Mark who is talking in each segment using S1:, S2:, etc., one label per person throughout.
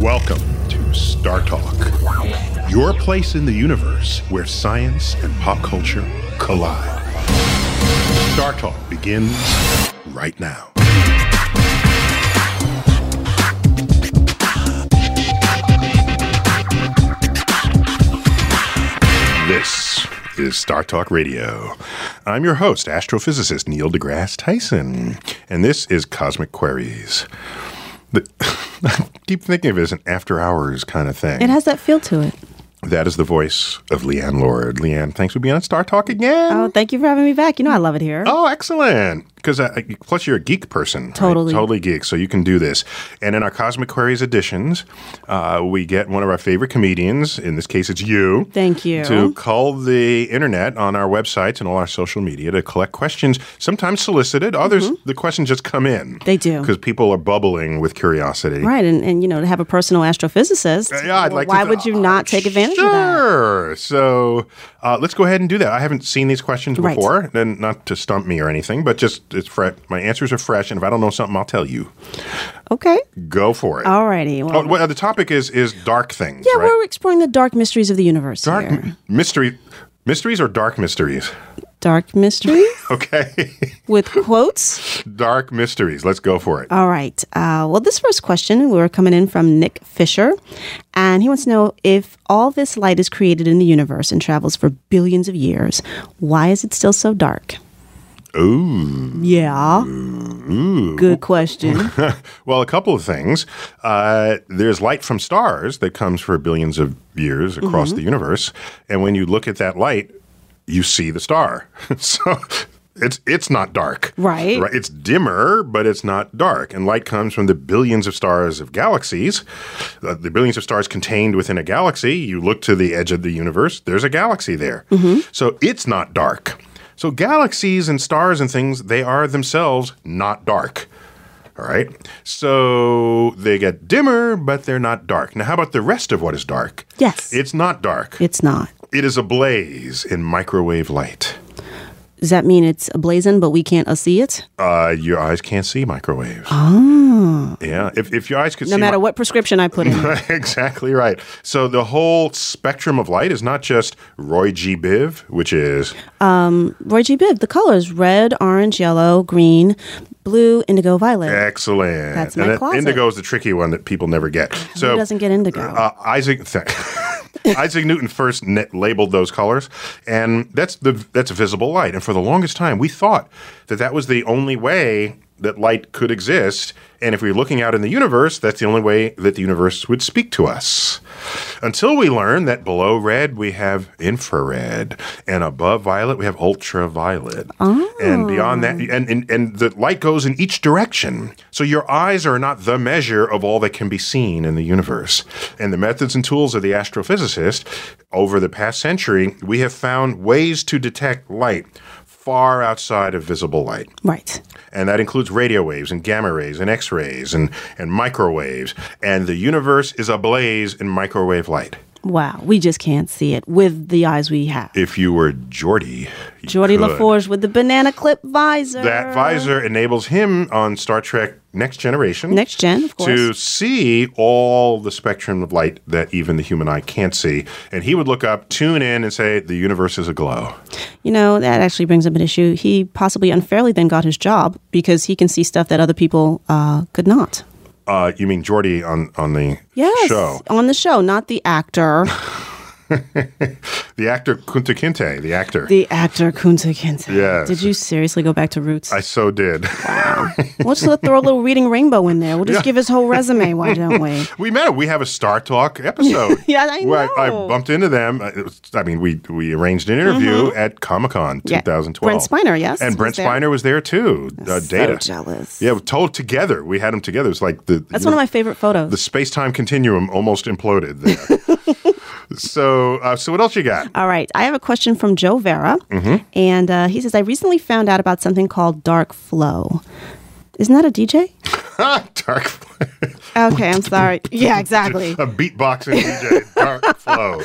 S1: Welcome to Star Talk, your place in the universe where science and pop culture collide. Star Talk begins right now. This is Star Talk Radio. I'm your host, astrophysicist Neil deGrasse Tyson, and this is Cosmic Queries. The, I keep thinking of it as an after hours kind of thing.
S2: It has that feel to it.
S1: That is the voice of Leanne Lord. Leanne, thanks for being on Star Talk again.
S2: Oh, thank you for having me back. You know I love it here.
S1: Oh, excellent. Because plus you're a geek person. right?
S2: Totally.
S1: Totally geek. So you can do this. And in our Cosmic Queries editions, uh, we get one of our favorite comedians, in this case it's you,
S2: Thank you.
S1: to call the internet on our websites and all our social media to collect questions, sometimes solicited, others, the questions just come in.
S2: Mm-hmm. They do.
S1: Because people are bubbling with curiosity.
S2: Right, and, and you know to have a personal astrophysicist.
S1: Yeah, I'd like to
S2: why
S1: th-
S2: would you not take advantage
S1: sure.
S2: of that?
S1: So uh, let's go ahead and do that. I haven't seen these questions
S2: Right.
S1: before, and not to stump me or anything, but just it's fresh. My answers are fresh, and if I don't know something, I'll tell you.
S2: Okay,
S1: Go for it.
S2: alrighty. Well,
S1: Oh, well, the topic is is dark things,
S2: yeah, we're
S1: right?
S2: exploring the dark mysteries of the universe
S1: Dark
S2: here.
S1: m- mystery, mysteries or dark mysteries?
S2: Dark mysteries
S1: Okay,
S2: with quotes.
S1: dark mysteries. Let's go for it.
S2: All right. Uh, well, this first question we're coming in from Nick Fisher, and he wants to know if all this light is created in the universe and travels for billions of years, why is it still so dark?
S1: Ooh.
S2: Yeah. Good question.
S1: Well, a couple of things. Uh, there's light from stars that comes for billions of years across the universe, and when you look at that light, you see the star. so it's it's not dark,
S2: Right.
S1: Right. It's dimmer, but it's not dark. And light comes from the billions of stars of galaxies, uh, the billions of stars contained within a galaxy. You look to the edge of the universe. There's a galaxy there, so it's not dark. So galaxies and stars and things, they are themselves not dark. All right. So they get dimmer, but they're not dark. Now, how about the rest of what is dark?
S2: Yes.
S1: It's not dark.
S2: It's not.
S1: It is ablaze in microwave light.
S2: Does that mean it's ablazing, but we can't uh, see it?
S1: Uh, your eyes can't see microwaves.
S2: Oh.
S1: Yeah. If, if your eyes could
S2: No
S1: see. Mm.
S2: matter what prescription I put in.
S1: exactly right. So the whole spectrum of light is not just Roy G. Biv, which is
S2: Roy G. Biv, the colors red, orange, yellow, green, blue, indigo,
S1: Eh.
S2: violet.
S1: excellent.
S2: That's
S1: and
S2: my
S1: then
S2: closet.
S1: indigo is the tricky one that people never get. So
S2: Who doesn't get indigo?
S1: Uh, Isaac, th- Isaac Newton first ne- labeled those colors, and that's the that's visible light. And for the longest time, we thought that that was the only way that light could exist. And if we were looking out in the universe, that's the only way that the universe would speak to us. Until we learned that below red we have infrared, and above violet we have ultraviolet, and beyond that, and, and and the light goes in each direction. So your eyes are not the measure of all that can be seen in the universe. And the methods and tools of the astrophysicist over the past century, we have found ways to detect light far outside of visible light
S2: Right.
S1: and that includes radio waves and gamma rays and x-rays and, and microwaves and the universe is ablaze in microwave light
S2: Wow. We just can't see it with the eyes we have.
S1: if you were geordie you
S2: Jordi
S1: could.
S2: LaForge with the banana clip visor.
S1: that visor enables him on star trek next generation
S2: Next gen, of course.
S1: to see all the spectrum of light that even the human eye can't see and he would look up tune in and say the universe is aglow
S2: You know, that actually brings up an issue. He possibly unfairly then got his job because he can see stuff that other people uh, could not.
S1: uh, you mean geordie on, on the
S2: Yes.
S1: show
S2: On the show, not the actor.
S1: the actor kunta kinte the actor
S2: The actor Kunta Kinte.
S1: Yes.
S2: Did you seriously go back to roots?
S1: i so did
S2: We'll just throw a little reading rainbow in there. We'll just give his whole resume. Why don't we?
S1: We met. We have a Star Talk episode.
S2: Yeah, I
S1: Where I,
S2: know.
S1: bumped into them. I- it was- I mean, we we arranged an interview at Comic Con
S2: Mm-hmm. Yeah.
S1: 2012.
S2: Brent Spiner, yes,
S1: and
S2: was
S1: Brent
S2: there.
S1: Spiner was there too. Uh, Data.
S2: So jealous.
S1: Yeah, we told together. We had them together. It's like the
S2: That's one of my favorite photos.
S1: the space time continuum almost imploded there. so uh, so what else you got?
S2: All right. I have a question from Joe Vera.
S1: Mm-hmm.
S2: And uh, he says, I recently found out about something called dark flow. Isn't that a DJ?
S1: Dark.
S2: Okay, I'm sorry. Yeah, exactly.
S1: A beatboxing DJ, Dark Flow.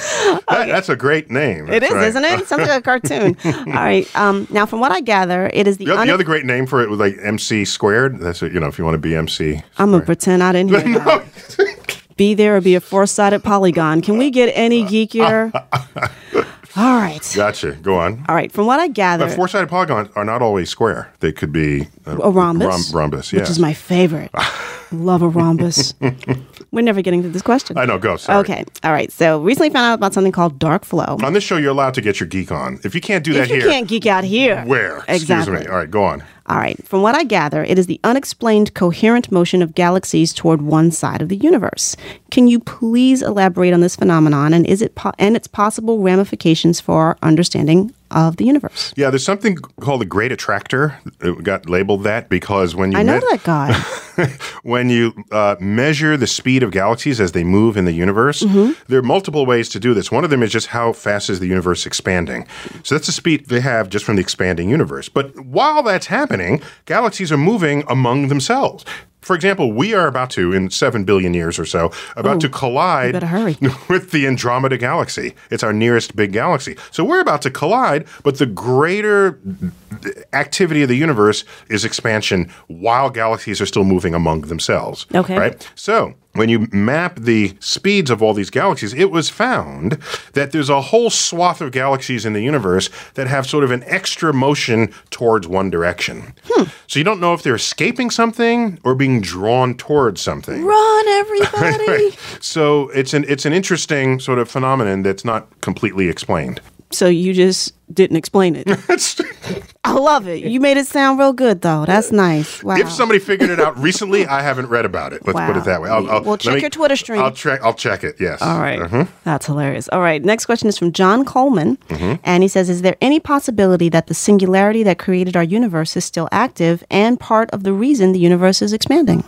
S1: That, That's a great name.
S2: Oh, It is,
S1: That's right.
S2: isn't it? Sounds like a cartoon. All right. Um, now, from what I gather, it is the,
S1: The, oth-
S2: unex-
S1: the other great name for it was like MC squared. That's it, you know, if you want to be MC.
S2: Oh, I'm gonna pretend I didn't hear that. be there or be a four sided polygon. Can we get any geekier? All right.
S1: Gotcha. Go on.
S2: All right. From what I gather,
S1: Four sided polygons are not always square. They could be a,
S2: a rhombus,
S1: rhom- rhombus, yeah.
S2: which is my favorite. Love a rhombus. We're never getting to this question.
S1: I know. Go. Sorry.
S2: Okay. All right. So recently found out about something called dark flow.
S1: On this show, you're allowed to get your geek on. If you can't do that
S2: If you
S1: here,
S2: can't geek out here,
S1: where?
S2: Exactly.
S1: Excuse me. All right. Go on.
S2: All right. From what I gather, it is the unexplained coherent motion of galaxies toward one side of the universe. Can you please elaborate on this phenomenon and is it po- and its possible ramifications for our understanding of the universe?
S1: Yeah, there's something called the Great Attractor. It got labeled that because when you
S2: I know
S1: met-
S2: that God.
S1: when you uh, measure the speed of galaxies as they move in the universe,
S2: Mm-hmm.
S1: there are multiple ways to do this. One of them is just how fast is the universe expanding. So that's the speed they have just from the expanding universe. But while that's happening, galaxies are moving among themselves. For example, we are about to, in seven billion years or so, about to collide
S2: better hurry.
S1: with the Andromeda Galaxy. It's our nearest big galaxy. So we're about to collide, but the greater activity of the universe is expansion while galaxies are still moving among themselves.
S2: Okay.
S1: Right? So when you map the speeds of all these galaxies, it was found that there's a whole swath of galaxies in the universe that have sort of an extra motion towards one direction. So you don't know if they're escaping something or being drawn towards something.
S2: Run everybody.
S1: So it's an it's an interesting sort of phenomenon that's not completely explained.
S2: so you just didn't explain it. I love it. You made it sound real good though. That's nice. Wow.
S1: If somebody figured it out recently, I haven't read about it. Let's put
S2: Wow.
S1: it that way. I'll, I'll,
S2: Well,
S1: let
S2: check your Twitter stream.
S1: I'll check. I'll check it. Yes.
S2: All right.
S1: Mm-hmm.
S2: That's hilarious. All right. Next question is from John Coleman.
S1: Mm-hmm.
S2: And he says Is there any possibility that the singularity that created our universe is still active and part of the reason the universe is expanding?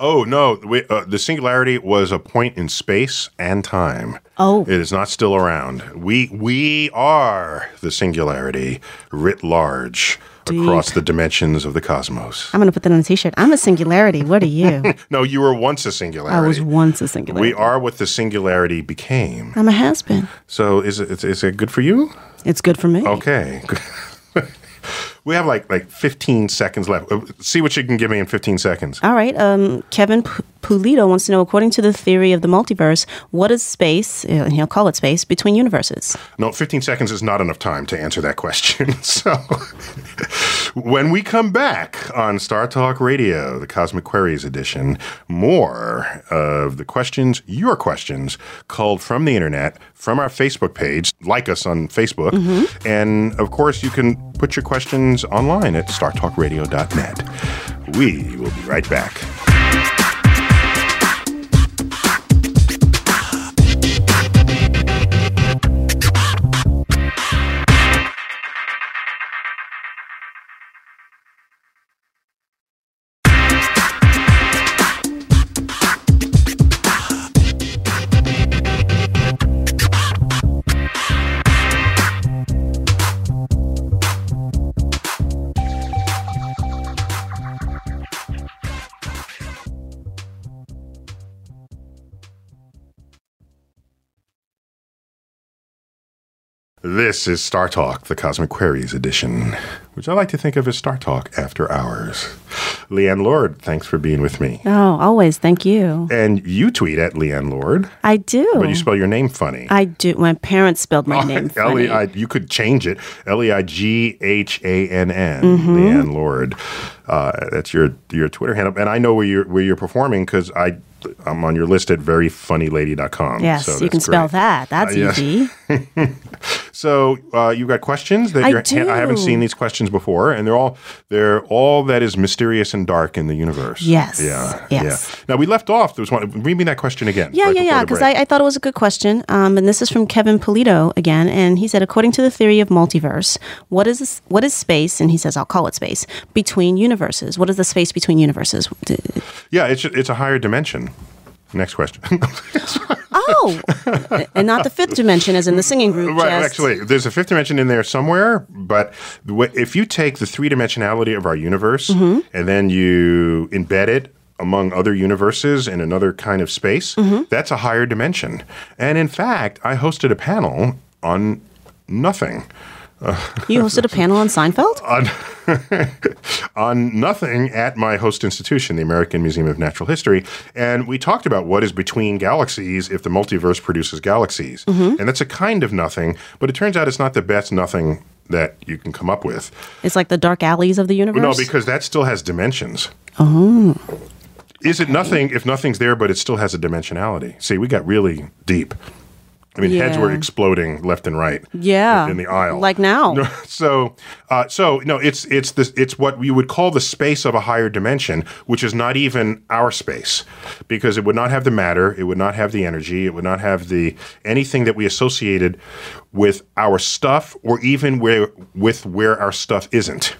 S1: Oh no, we, uh, the singularity was a point in space and time.
S2: Oh.
S1: It is not still around. We we are the singularity writ large across the dimensions of the cosmos.
S2: I'm going to put that on a t shirt. I'm a singularity. What are you?
S1: No, you were once a
S2: I
S1: singularity.
S2: was once a singularity.
S1: we are what the singularity became.
S2: I'm a has been.
S1: So is it is, is it good for you?
S2: It's good for me.
S1: Okay. we have like like 15 seconds left. Uh, See what you can give me in 15 seconds.
S2: All right. Um, Kevin P- Pulido wants to know according to the theory of the multiverse, what is space, uh, he'll call it space, between universes?
S1: No, 15 seconds is not enough time to answer that question. so when we come back on Star Talk Radio, the Cosmic Queries edition, more of the questions, your questions, culled from the internet, from our Facebook page. Like us on Facebook. And of course, you can put your questions online at startalkradio.net. We will be right back. This is Star Talk, the Cosmic Queries edition, which I like to think of as Star Talk after hours. Leanne Lord, thanks for being with me.
S2: Oh, always. Thank you.
S1: And you tweet at Leanne Lord,
S2: I do.
S1: but you Oh, spell your name funny.
S2: Oh. I do. My parents spelled my name. funny.
S1: L-E-I, you could change it. L E I G H A N N.
S2: Mm-hmm.
S1: Leanne Lord. Uh, that's your your Twitter handle, and I know where you're where you're performing because I I'm on your list at veryfunnylady.com.
S2: Yes,
S1: so
S2: you
S1: that's
S2: can spell
S1: great.
S2: that. That's
S1: Uh, yes.
S2: easy.
S1: So uh, you've got questions that
S2: I
S1: you're, I haven't
S2: do.
S1: seen these questions before, and they're all they're all that is mysterious and dark in the universe.
S2: Yes,
S1: Yeah.
S2: yes.
S1: Yeah. Now we left off. There was one. Read me that question again.
S2: Yeah,
S1: right
S2: yeah,
S1: before
S2: yeah.
S1: the
S2: Because I,
S1: break.
S2: I thought it was a good question. Um, and this is from Kevin Polito again, and he said, according to the theory of multiverse, what is this, what is space? And he says, I'll call it space between universes. What is the space between universes? D-
S1: yeah, it's it's a higher dimension. Next question.
S2: Oh, and not the fifth dimension, as in the singing group.
S1: Right,
S2: just-
S1: actually, there's a fifth dimension in there somewhere, but the way- if you take the three dimensionality of our universe and then you embed it among other universes in another kind of space, that's a higher dimension. And in fact, I hosted a panel on nothing.
S2: You hosted a panel on Seinfeld?
S1: on, on nothing at my host institution, the American Museum of Natural History. And we talked about what is between galaxies if the multiverse produces galaxies. And that's a kind of nothing, but it turns out it's not the best nothing that you can come up with.
S2: It's like the dark alleys of the universe.
S1: No, because that still has dimensions. Oh. Is it nothing if nothing's there, but it still has a dimensionality? See, we got really deep. I mean, heads
S2: Yeah.
S1: were exploding left and right.
S2: yeah,
S1: in the aisle.
S2: Like now,
S1: so, uh, so no, it's it's this it's what we would call the space of a higher dimension, which is not even our space, because it would not have the matter, it would not have the energy, it would not have the anything that we associated with our stuff, or even where with where our stuff isn't,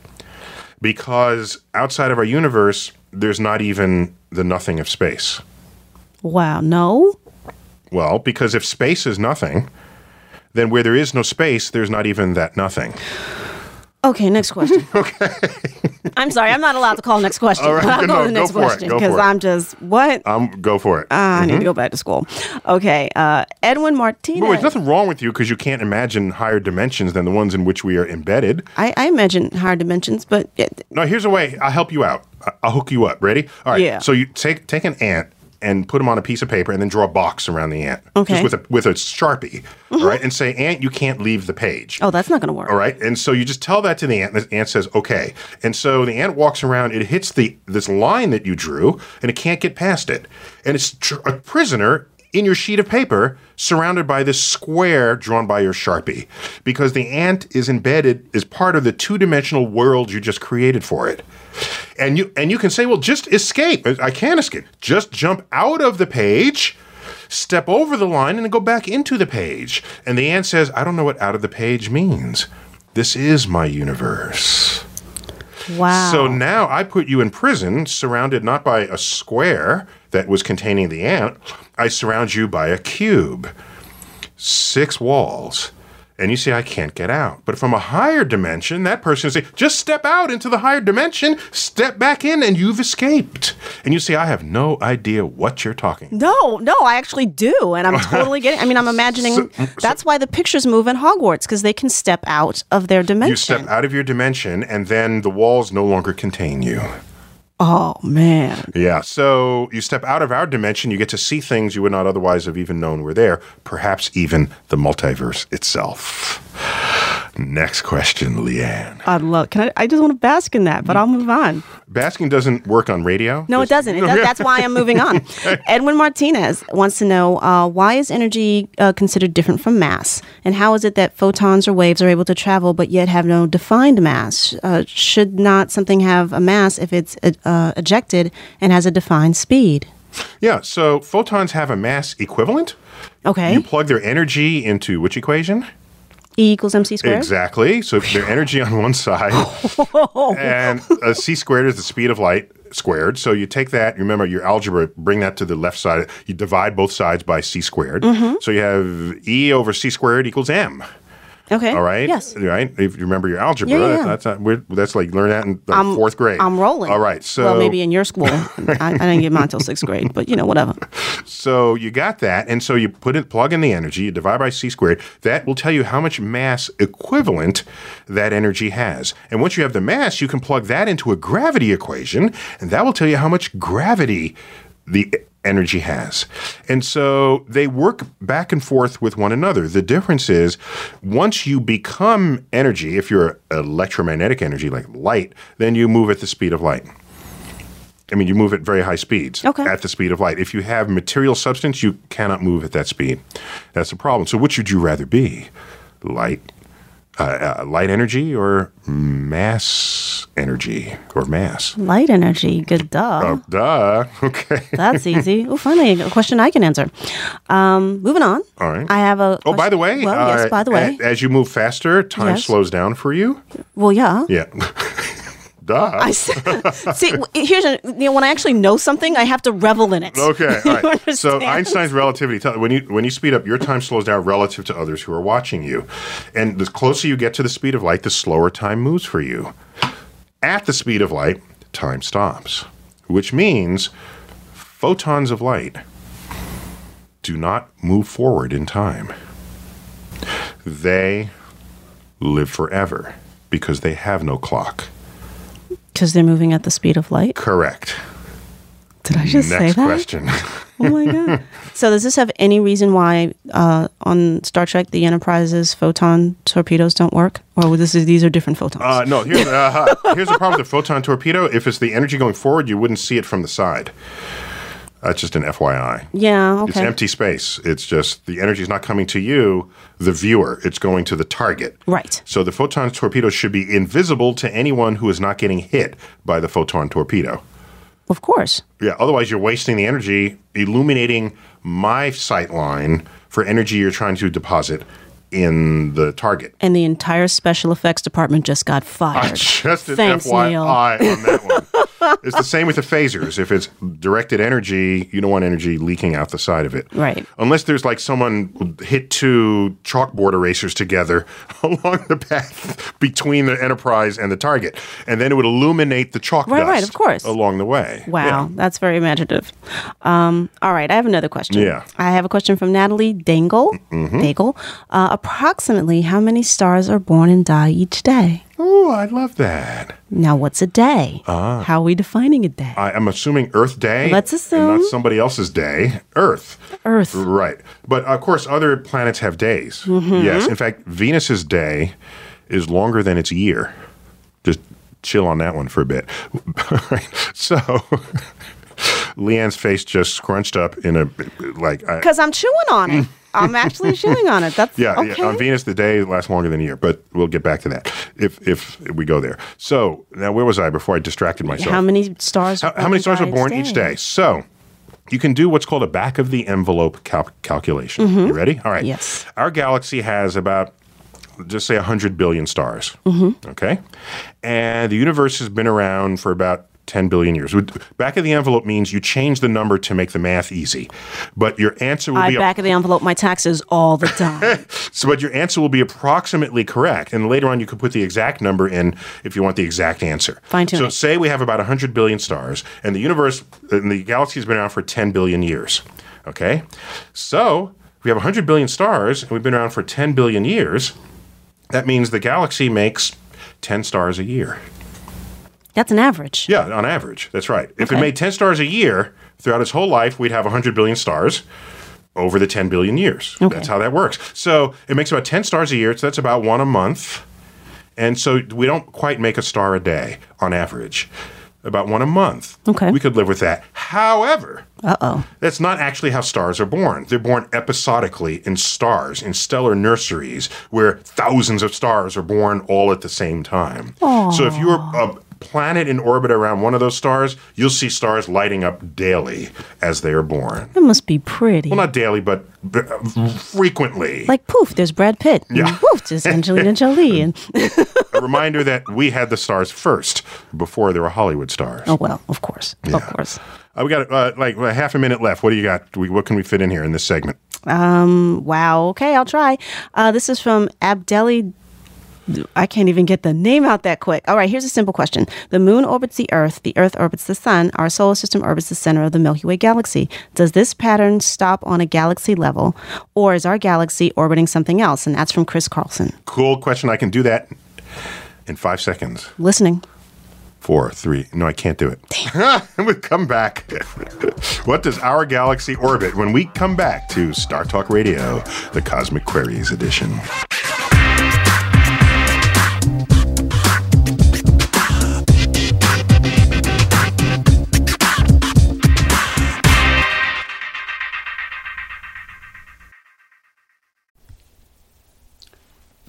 S1: because outside of our universe, there's not even the nothing of space.
S2: wow, no,
S1: Well, because if space is nothing. Then, where there is no space, there's not even that nothing.
S2: Okay, next question. okay. I'm sorry, I'm not allowed to call next question.
S1: right,
S2: but I'll
S1: no,
S2: go to the
S1: go
S2: next
S1: for it,
S2: question
S1: go
S2: because
S1: for it.
S2: I'm just what? Uh,
S1: Um, go for it.
S2: I need to go back to school. Okay, uh, Edwin Martinez.
S1: But wait, nothing wrong with you because you can't imagine higher dimensions than the ones in which we are embedded.
S2: I, I imagine higher dimensions, but it,
S1: No, here's a way. I'll help you out. I- I'll hook you up. Ready? All right.
S2: Yeah.
S1: So you take take an ant and put them on a piece of paper and then draw a box around the ant.
S2: Okay. Mm-hmm.
S1: Just with a with a sharpie. all right. And say, ant, you can't leave the page.
S2: oh, that's not going to work.
S1: All right. And so you just tell that to the ant. and The ant says, okay. And so the ant walks around. It hits the this line that you drew, and it can't get past it. And it's tr- a prisoner in your sheet of paper, surrounded by this square drawn by your sharpie, because the ant is embedded is part of the two dimensional world you just created for it. And you and you can say, well, just escape. I I can escape. Just jump out of the page step over the line and then go back into the page. And the ant says, I don't know what out of the page means. This is my universe.
S2: Wow.
S1: So now I put you in prison, surrounded not by a square that was containing the ant, I surround you by a cube, six walls. And you say, I can't get out. But from a higher dimension, that person would say, just step out into the higher dimension, step back in, and you've escaped. And you say, I have no idea what you're talking about.
S2: no, no, I actually do, and I'm totally getting. I mean, I'm imagining. that's why the pictures move in Hogwarts because they can step out of their dimension.
S1: You step out of your dimension, and then the walls no longer contain you.
S2: Oh man,
S1: Yeah. So you step out of our dimension, you get to see things you would not otherwise have even known were there, perhaps even the multiverse itself. Next question, Leanne.
S2: I love. Can I? I just want to bask in that, but
S1: Mm.
S2: I'll move on.
S1: Basking doesn't work on radio.
S2: No, it doesn't. It does, that's why I'm moving on. Edwin Martinez wants to know uh, why is energy uh, considered different from mass, and how is it that photons or waves are able to travel but yet have no defined mass? Uh, should not something have a mass if it's uh, ejected and has a defined speed?
S1: Yeah. So photons have a mass equivalent.
S2: Okay,
S1: You plug their energy into which equation?
S2: E equals mc squared.
S1: Exactly. So if their energy on one side, and uh, c squared is the speed of light squared. So you take that. Remember your algebra. Bring that to the left side. You divide both sides by c squared.
S2: Mm-hmm.
S1: So you have e over c squared equals m.
S2: Okay,
S1: All right.
S2: Yes.
S1: Right. If you remember your algebra,
S2: Yeah, yeah, yeah.
S1: that's not, we're, that's like learn that in like fourth grade.
S2: I'm rolling.
S1: All right. So
S2: well, maybe in your school, I, I didn't get mine until sixth grade, but you know, whatever.
S1: So you got that, and so you put it, plug in the energy, you divide by c squared. That will tell you how much mass equivalent that energy has. And once you have the mass, you can plug that into a gravity equation, and that will tell you how much gravity the e- energy has. And so they work back and forth with one another. The difference is once you become energy, if you're electromagnetic energy like light, then you move at the speed of light. I mean, you move at very high speeds
S2: Okay.
S1: at the speed of light. If you have material substance, you cannot move at that speed. That's the problem. So, which would you rather be, light, uh, uh, light energy, or mass energy, or mass?
S2: Light energy, good duh.
S1: Oh, duh. Okay.
S2: That's easy. oh, finally, a question I can answer. Um, moving on.
S1: All right.
S2: I have a.
S1: Oh, by the way,
S2: Well,
S1: uh,
S2: yes. By the way.
S1: a- as you move faster, time
S2: Yes.
S1: slows down for you.
S2: well, yeah.
S1: eh. Yeah. duh.
S2: I s- see. w- Here's a, you know, when I actually know something, I have to revel in it.
S1: Okay.
S2: You
S1: All right. So
S2: understand?
S1: Einstein's relativity. Tell, when you when you speed up, your time slows down relative to others who are watching you, and the closer you get to the speed of light, the slower time moves for you. At the speed of light, time stops, which means photons of light do not move forward in time. They live forever because they have no clock.
S2: Because they're moving at the speed of light.
S1: Correct.
S2: Did I just say
S1: Next
S2: that?
S1: question.
S2: Oh my god! so does this have any reason why uh, on Star Trek the Enterprise's photon torpedoes don't work, or this is these are different photons?
S1: Uh, no, here's, uh, here's the problem with the photon torpedo. If it's the energy going forward, you wouldn't see it from the side. That's just an FYI.
S2: yeah.
S1: It's
S2: Okay.
S1: empty space. It's just the energy is not coming to you, the viewer. It's going to the target.
S2: Right.
S1: So the photon torpedo should be invisible to anyone who is not getting hit by the photon torpedo.
S2: Of course.
S1: Yeah, otherwise you're wasting the energy illuminating my sight line for energy you're trying to deposit in the target.
S2: And the entire special effects department just got fired.
S1: Just an
S2: Thanks,
S1: FYI
S2: Neil.
S1: on that one. it's the same with the phasers. If it's directed energy, you don't want energy leaking out the side of it.
S2: Right.
S1: Unless there's like someone hit two chalkboard erasers together along the path between the Enterprise and the target, and then it would illuminate the chalk
S2: Right,
S1: dust
S2: right, of course.
S1: along the way.
S2: Wow, that's very imaginative. Um, all right, I have another question.
S1: Yeah. Mm-hmm.
S2: I have a question from Natalie Dangle. Dangle. Uh, approximately how many stars are born and die each day?
S1: Oh, I love that.
S2: Now, what's a day?
S1: Ah.
S2: How are we defining a day?
S1: I, I'm assuming Earth Day.
S2: Let's
S1: and
S2: assume.
S1: not somebody else's day. Earth.
S2: Earth.
S1: Right. But of course, other planets have days. Yes. In fact, Venus's day is longer than its year. Just chill on that one for a bit. so. Leanne's face just scrunched up in a like I,
S2: Because I'm chewing on it. I'm actually chewing on it. That's
S1: yeah,
S2: okay.
S1: yeah. On Venus, the day lasts longer than a year, but we'll get back to that if if we go there. So now, where was I before I distracted myself?
S2: how many stars?
S1: How, how many stars are born each day? So you can do what's called a back of the envelope cal- calculation. You ready? All right.
S2: Mm-hmm. Yes.
S1: Our galaxy has about, just say, 100 billion stars. Mm-hmm. Okay. And the universe has been around for about 10 billion years. Would- Back of the envelope means you change the number to make the math easy, but your answer will
S2: I
S1: be a-
S2: back of the envelope my taxes all the time.
S1: so, but your answer will be approximately correct. And later on, you could put the exact number in if you want the exact answer.
S2: Fine tune
S1: So,
S2: it.
S1: say we have about 100 billion stars, and the universe and the galaxy has been around for 10 billion years. Okay? So, we have 100 billion stars, and we've been around for 10 billion years. That means the galaxy makes 10 stars a year.
S2: That's an average.
S1: Yeah, on average. That's right. If it
S2: Okay.
S1: made 10 stars a year throughout its whole life, we'd have 100 billion stars over the 10 billion years.
S2: Okay.
S1: That's how that works. So it makes about 10 stars a year. So that's about one a month. And so we don't quite make a star a day on average, about one a month.
S2: Okay.
S1: We could live with that. However,
S2: Uh oh.
S1: that's not actually how stars are born. They're born episodically in stars, in stellar nurseries, where thousands of stars are born all at the same time. So if you're a planet in orbit around one of those stars, you'll see stars lighting up daily as they are born.
S2: That must be pretty.
S1: Well, not daily, but b- frequently.
S2: like poof, there's Brad Pitt. Yeah. And poof, there's Angelina Jolie. And
S1: a reminder that we had the stars first before there were Hollywood stars.
S2: oh well, of course, of course.
S1: Uh, we got uh, like a half a minute left. What do you got? We, what can we fit in here in this segment?
S2: Um, wow. Okay, I'll try. Uh, this is from Abdeli. I can't even get the name out that quick. All right, here's a simple question. The moon orbits the earth, the earth orbits the sun, our solar system orbits the center of the Milky Way galaxy. Does this pattern stop on a galaxy level, or is our galaxy orbiting something else? And that's from Chris Carlson.
S1: Cool question. I can do that in five seconds.
S2: Listening.
S1: four, three. No, I can't do it. we come back. what does our galaxy orbit when we come back to Star Talk Radio, the Cosmic Queries edition?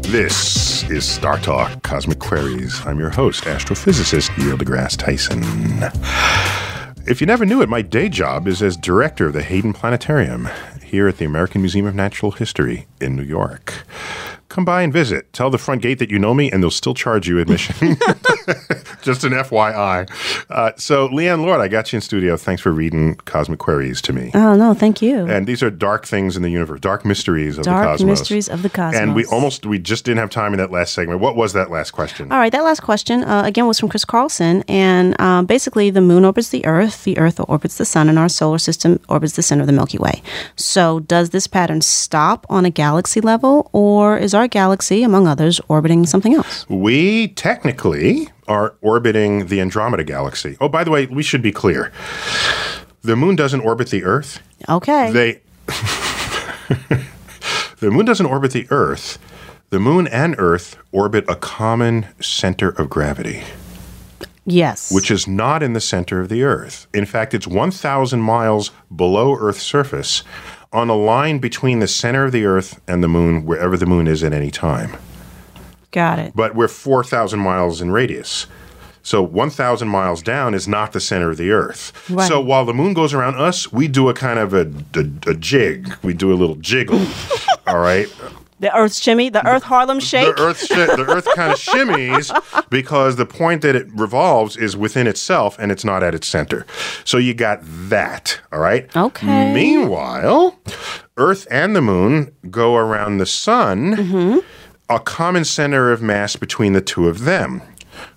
S1: This is Star Talk Cosmic Queries. I'm your host, astrophysicist Neil deGrasse Tyson. If you never knew it, my day job is as director of the Hayden Planetarium here at the American Museum of Natural History in New York. Come by and visit. Tell the front gate that you know me, and they'll still charge you admission. Just an FYI. Uh, so, Leanne Lord, I got you in studio. Thanks for reading Cosmic Queries to me.
S2: Oh no, thank you.
S1: And these are dark things in the universe, dark mysteries of
S2: Dark
S1: the cosmos.
S2: mysteries of the cosmos.
S1: And we almost we just didn't have time in that last segment. What was that last question?
S2: All right, that last question uh, again was from Chris Carlson, and uh, basically, the moon orbits the Earth, the Earth orbits the Sun, and our solar system orbits the center of the Milky Way. So, does this pattern stop on a galaxy level, or is our galaxy, among others, orbiting something else?
S1: We technically are orbiting the Andromeda galaxy. Oh, by the way, we should be clear. The moon doesn't orbit the Earth.
S2: Okay.
S1: They The moon doesn't orbit the Earth. The moon and Earth orbit a common center of gravity,
S2: yes.
S1: which is not in the center of the Earth. In fact, it's 1,000 miles below Earth's surface on a line between the center of the Earth and the moon, wherever the moon is at any time.
S2: got it.
S1: but we're 4,000 miles in radius. So 1,000 miles down is not the center of the Earth.
S2: Right.
S1: So while the moon goes around us, we do a kind of a, a- a jig. We do a little jiggle. all right.
S2: The Earth's shimmy, the Earth Harlem shake.
S1: The Earth, shi- the Earth kind of shimmies because the point that it revolves is within itself and it's not at its center. So you got that. All right.
S2: Okay.
S1: Mm. Meanwhile, Earth and the moon go around the sun,
S2: Mm-hmm.
S1: a common center of mass between the two of them,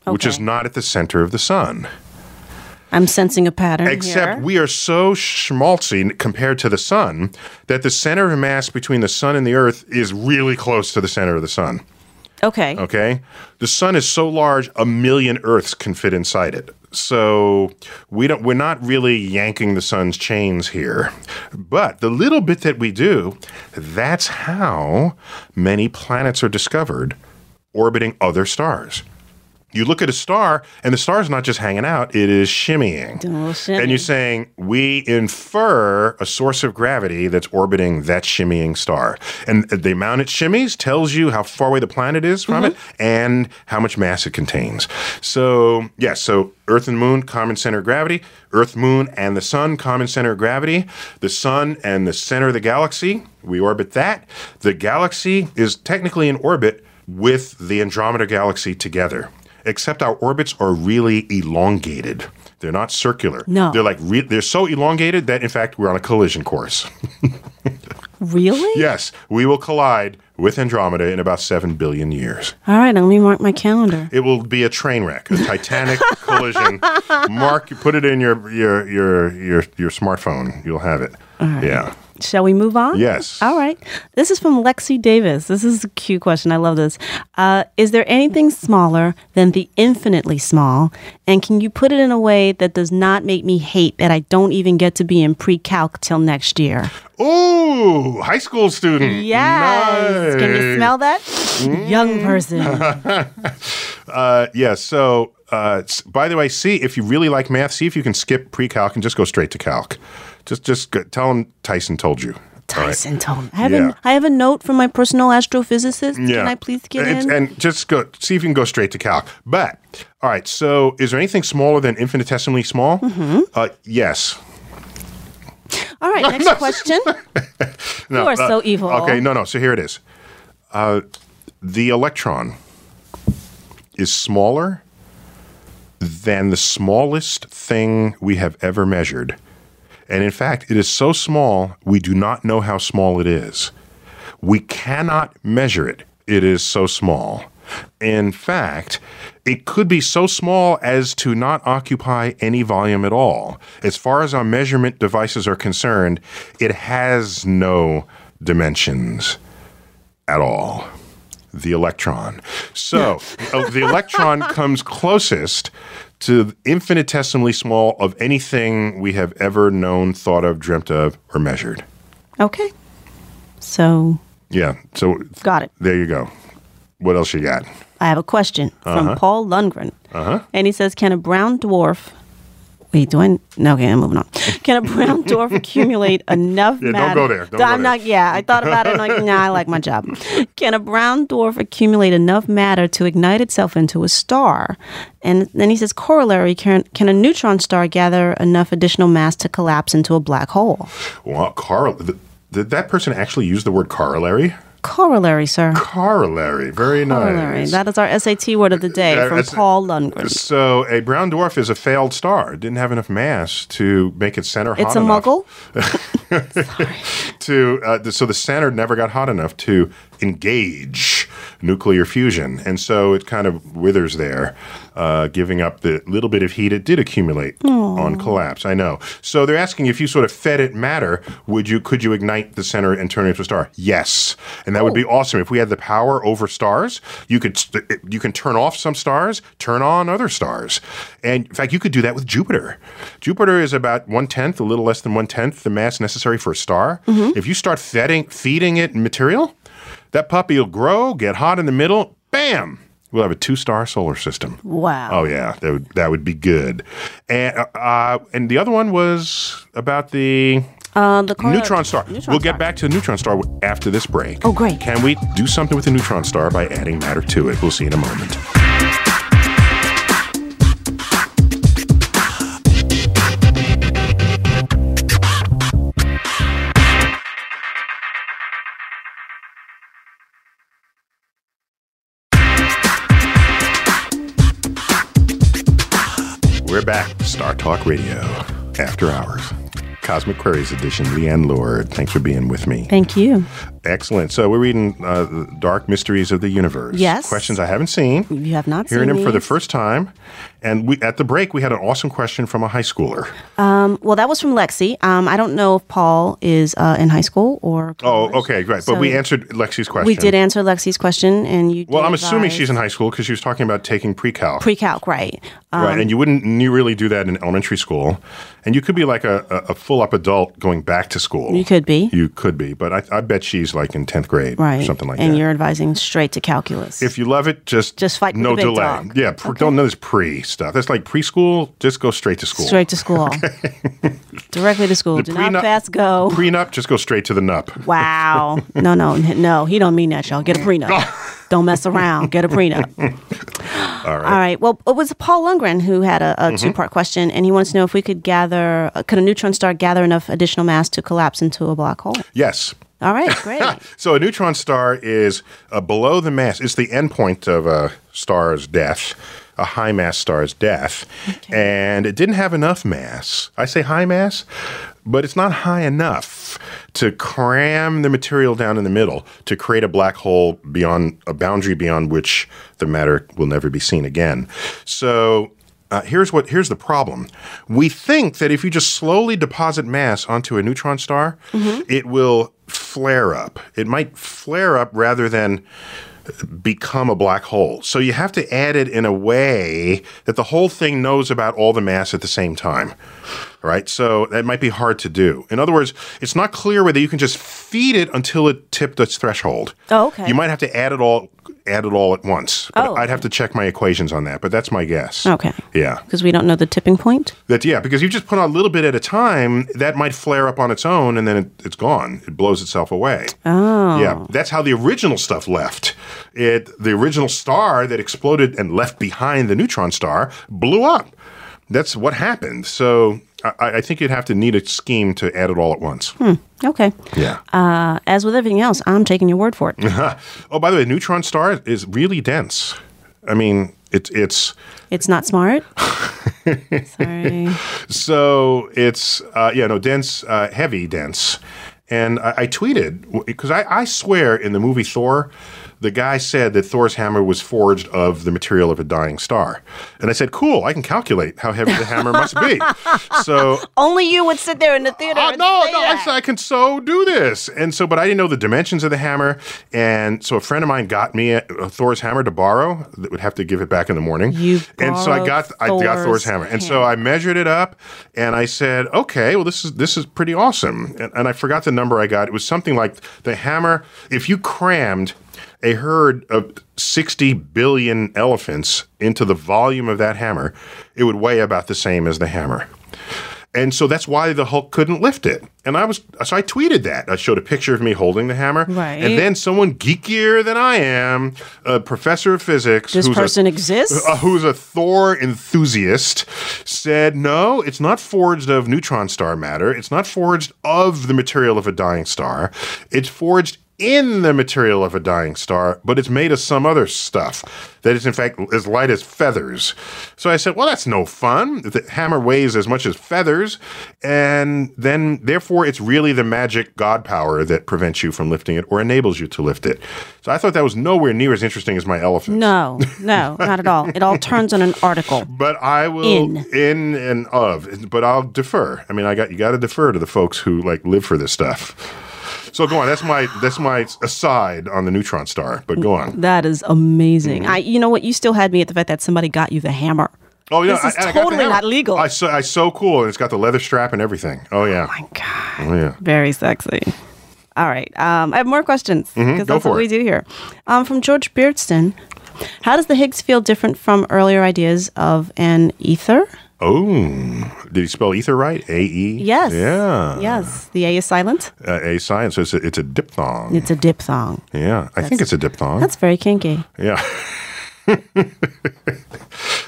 S1: which is
S2: Okay.
S1: not at the center of the sun.
S2: I'm sensing a pattern
S1: Except
S2: here.
S1: we are so schmaltzy compared to the sun that the center of mass between the sun and the earth is really close to the center of the sun.
S2: okay.
S1: Okay? The sun is so large a million earths can fit inside it. So we don't we're not really yanking the sun's chains here. But the little bit that we do, that's how many planets are discovered orbiting other stars. You look at a star, and the star's not just hanging out, it is shimmying.
S2: Doing a little shimmy.
S1: And you're saying, we infer a source of gravity that's orbiting that shimmying star. And the amount it shimmies tells you how far away the planet is from it and how much mass it contains. So, yes, so Earth and Moon, common center of gravity. Earth, Moon, and the Sun, common center of gravity. The Sun and the center of the galaxy, we orbit that. The galaxy is technically in orbit with the Andromeda galaxy together except our orbits are really elongated. They're not circular.
S2: No.
S1: They're like re- they're so elongated that in fact we're on a collision course.
S2: Really?
S1: yes, we will collide with Andromeda in about 7 billion years.
S2: All right, let me mark my calendar.
S1: It will be a train wreck, a titanic collision. Mark put it in your your your your your smartphone. You'll have it. Yeah.
S2: Shall we move on?
S1: Yes.
S2: All right. This is from Lexi Davis. This is a cute question. I love this. Uh, is there anything smaller than the infinitely small? And can you put it in a way that does not make me hate that I don't even get to be in pre calc till next year?
S1: Ooh, high school student.
S2: Yes. Can you
S1: Nice. Mm.
S2: smell that? Young person.
S1: Uh, yeah. So, uh, s- by the way, see if you really like math. See if you can skip pre-calc and just go straight to calc. Just, just go, tell them Tyson told you.
S2: nice and tone. I have,
S1: Yeah.
S2: a, I have a note from my personal astrophysicist.
S1: Yeah.
S2: Can I please get
S1: and,
S2: in?
S1: And just go see if you can go straight to calc. But all right, so is there anything smaller than infinitesimally small?
S2: Mm-hmm.
S1: Uh, yes.
S2: All right, next question.
S1: No,
S3: You are
S1: uh,
S3: so evil.
S1: Okay, no, no. So here it is. Uh, the electron is smaller than the smallest thing we have ever measured. And in fact, it is so small, we do not know how small it is. We cannot measure it. It is so small. In fact, it could be so small as to not occupy any volume at all. As far as our measurement devices are concerned, it has no dimensions at all. The electron. So uh, the electron comes closest to infinitesimally small of anything we have ever known, thought of, dreamt of, or measured.
S2: Okay. So,
S1: Yeah. So
S2: got it.
S1: there you go. What else you got?
S2: I have a question from
S1: Uh-huh.
S2: Paul Lundgren. And he says, Can a brown dwarf. Wait, do I? No, okay, I'm moving on. Can a brown dwarf accumulate enough
S1: Yeah, don't
S2: matter?
S1: go there, don't
S2: I'm
S1: go
S2: not. Yeah, I thought about it. and like, nah, I like my job. Can a brown dwarf accumulate enough matter to ignite itself into a star? And then he says, corollary: Can can a neutron star gather enough additional mass to collapse into a black hole?
S1: Well, correl- th- did that person actually use the word corollary?
S2: Corollary, sir.
S1: Corollary. Very
S2: Corollary.
S1: nice.
S2: That is our SAT word of the day
S1: Yeah,
S2: from
S1: that's-
S2: Paul Lundgren.
S1: so a brown dwarf is a failed star. It didn't have enough mass to make its center hot
S2: It's a
S1: enough
S2: muggle.
S1: To uh, th- so the center never got hot enough to engage nuclear fusion, and so it kind of withers there, uh, giving up the little bit of heat it did accumulate on collapse. I know. So they're asking if you sort of fed it matter, would you could you ignite the center and turn it into a star? Yes, and that would be awesome if we had the power over stars. You could st- you can turn off some stars, turn on other stars, and in fact, you could do that with Jupiter. Jupiter is about one tenth, a little less than one tenth, the mass necessary for a star. If you start feeding feeding it material, that puppy will grow, get hot in the middle, bam. We'll have a two-star solar system.
S2: Wow.
S1: Oh yeah, that would that would be good. And uh, uh, and the other one was about the
S2: Uh, the correl-
S1: neutron star.
S2: Neutron
S1: we'll get
S2: star.
S1: back to the neutron star after this break.
S2: Oh, great.
S1: Can we do something with the neutron star by adding matter to it? We'll see in a moment. We're back, Star Talk Radio, after hours. Cosmic Queries Edition, Leanne Lord. Thanks for being with me.
S2: Thank you.
S1: Excellent. So we're reading uh, the Dark Mysteries of the Universe.
S2: Yes.
S1: Questions I haven't seen.
S2: You have not
S1: Hearing
S2: seen
S1: them for the
S2: these.
S1: first time. And we at the break, we had an awesome question from a high schooler.
S2: Um, well, that was from Lexi. Um, I don't know if Paul is uh, in high school or.
S1: Oh,
S2: college.
S1: okay, right.
S2: So
S1: but we answered Lexi's question.
S2: We did answer Lexi's question, and you.
S1: Well,
S2: did
S1: I'm assuming
S2: advise-
S1: she's in high school because she was talking about taking pre-calc.
S2: pre-calc, right? Um,
S1: right, and you wouldn't you really do that in elementary school. And you could be like a, a, a full-up adult going back to school.
S2: You could be
S1: You could be, but I, I bet she's like in 10th grade
S2: right,
S1: or something like
S2: and
S1: that.
S2: you're advising straight to calculus.
S1: If you love it, just
S2: Just fight with
S1: no
S2: the big
S1: delay.
S2: dog.
S1: Yeah, pr- don't know this pre stuff. That's like preschool. Just go straight to school.
S2: straight to school, directly to school. Do
S1: prenup-
S2: not fast go.
S1: Prenup, just go straight to the nup.
S2: wow. No, no, n- no. He don't mean that, y'all. Get a prenup. don't mess around. Get a prenup.
S1: All right. Mm-hmm.
S2: All right. Well, it was Paul Lundgren who had a, a two-part question, and he wants to know if we could gather, uh, could a neutron star gather enough additional mass to collapse into a black hole?
S1: Yes.
S2: All right, great.
S1: So a neutron star is uh, below the mass. It's the endpoint of a star's death, a high mass star's death, and it didn't have enough mass. I say high mass, but it's not high enough to cram the material down in the middle to create a black hole beyond a boundary beyond which the matter will never be seen again. So uh, here's what here's the problem. We think that if you just slowly deposit mass onto a neutron star,
S3: Mm-hmm.
S1: it will flare up. It might flare up rather than become a black hole. So you have to add it in a way that the whole thing knows about all the mass at the same time. All right. So that might be hard to do. In other words, it's not clear whether you can just feed it until it tipped its threshold.
S3: Oh, okay.
S1: You might have to add it all add it all at once. But
S3: Oh,
S1: I'd have to check my equations on that, but that's my guess.
S2: Okay.
S1: Yeah.
S2: Because we don't know the tipping point.
S1: That yeah, because you just put on a little bit at a time, that might flare up on its own, and then it, it's gone. It blows itself away. Oh, yeah, that's how the original stuff left. It the original star that exploded and left behind the neutron star blew up. That's what happened. So I, I think you'd have to need a scheme to add it all at once.
S2: Okay.
S1: Yeah.
S2: Uh, as with everything else, I'm taking your word for it.
S1: oh, by the way, neutron star is really dense. I mean, it's it's.
S2: it's not smart. Sorry.
S1: So it's uh, yeah, no, dense, uh, heavy, dense. And I, I tweeted because I, I swear in the movie Thor, the guy said that Thor's hammer was forged of the material of a dying star, and I said, "Cool, I can calculate how heavy the hammer must be." So
S3: Only you would sit there in the theater.
S1: uh,
S3: and
S1: no,
S3: say
S1: no, I,
S3: that.
S1: said I can so do this. And so, but I didn't know the dimensions of the hammer. And so a friend of mine got me a, a Thor's hammer to borrow that would have to give it back in the morning.
S2: You
S1: and so I
S2: borrowed
S1: got, I got Thor's
S2: Thor's
S1: hammer. And so I measured it up and I said, okay, well, this is, this is pretty awesome. And, and I forgot the number I got. It was something like the hammer, if you crammed a herd of 60 billion elephants into the volume of that hammer, it would weigh about the same as the hammer. And so that's why the Hulk couldn't lift it. And I was so I tweeted that. I showed a picture of me holding the hammer.
S2: Right.
S1: And then someone geekier than I am, a professor of physics,
S2: This
S1: who's a-
S2: person exists?
S1: uh, who's a Thor enthusiast, said, No, it's not forged of neutron star matter. It's not forged of the material of a dying star. It's forged in the material of a dying star, but it's made of some other stuff that is, in fact, as light as feathers. So I said, Well, that's no fun. The hammer weighs as much as feathers. And then, therefore, it's really the magic god power that prevents you from lifting it or enables you to lift it. So I thought that was nowhere near as interesting as my elephant.
S2: No, no, not at all. It all turns on an article.
S1: But I will
S2: In.
S1: in. and of. But I'll defer. I mean, I got you got to defer to the folks who like live for this stuff. So go on. That's my that's my aside on the neutron star. But go on.
S2: That is amazing. I, you know what? You still had me at the fact that somebody got you the hammer.
S1: Oh yeah,
S2: This is
S1: I- and I got the
S2: totally
S1: hammer.
S2: not legal.
S1: I so I so cool, and it's got the leather strap and everything. Oh yeah,
S2: My God.
S1: oh yeah.
S2: Very sexy. All right. Um, I have more questions because
S1: Mm-hmm. go
S2: that's
S1: for
S2: what we
S1: it.
S2: do here. Um, from George Beardston How does the Higgs feel different from earlier ideas of an ether?
S1: Oh, did he spell ether right? A e.
S2: Yes.
S1: Yeah.
S2: Yes. The A is silent.
S1: Uh, a science. So it's a, it's a diphthong.
S2: It's a diphthong.
S1: yeah, I think it's a diphthong.
S2: That's very kinky.
S1: Yeah.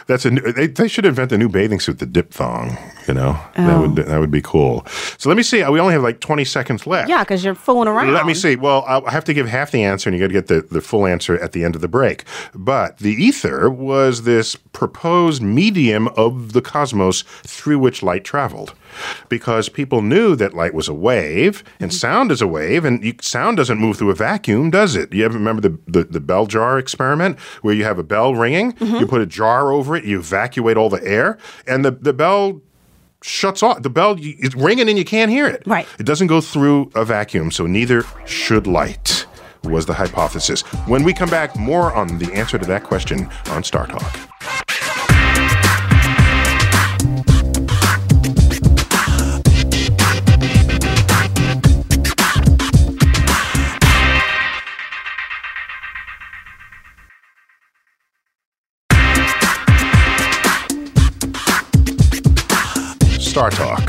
S1: That's a new, they, they should invent a new bathing suit, the diphthong. You know that would that would be cool. So let me see. We only have like twenty seconds left.
S2: Yeah, because you're fooling around.
S1: Let me see. Well, I'll- I have to give half the answer, and you got to get the, the full answer at the end of the break. But the ether was this proposed medium of the cosmos through which light traveled. Because people knew that light was a wave and sound is a wave, and you, sound doesn't move through a vacuum, does it? You ever remember the, the, the bell jar experiment where you have a bell ringing, you put a jar over it, you evacuate all the air, and the, the bell shuts off. The bell you- it's ringing and you can't hear it.
S2: Right.
S1: It doesn't go through a vacuum, so neither should light, was the hypothesis. When we come back, more on the answer to that question on Star Talk. Star Talk.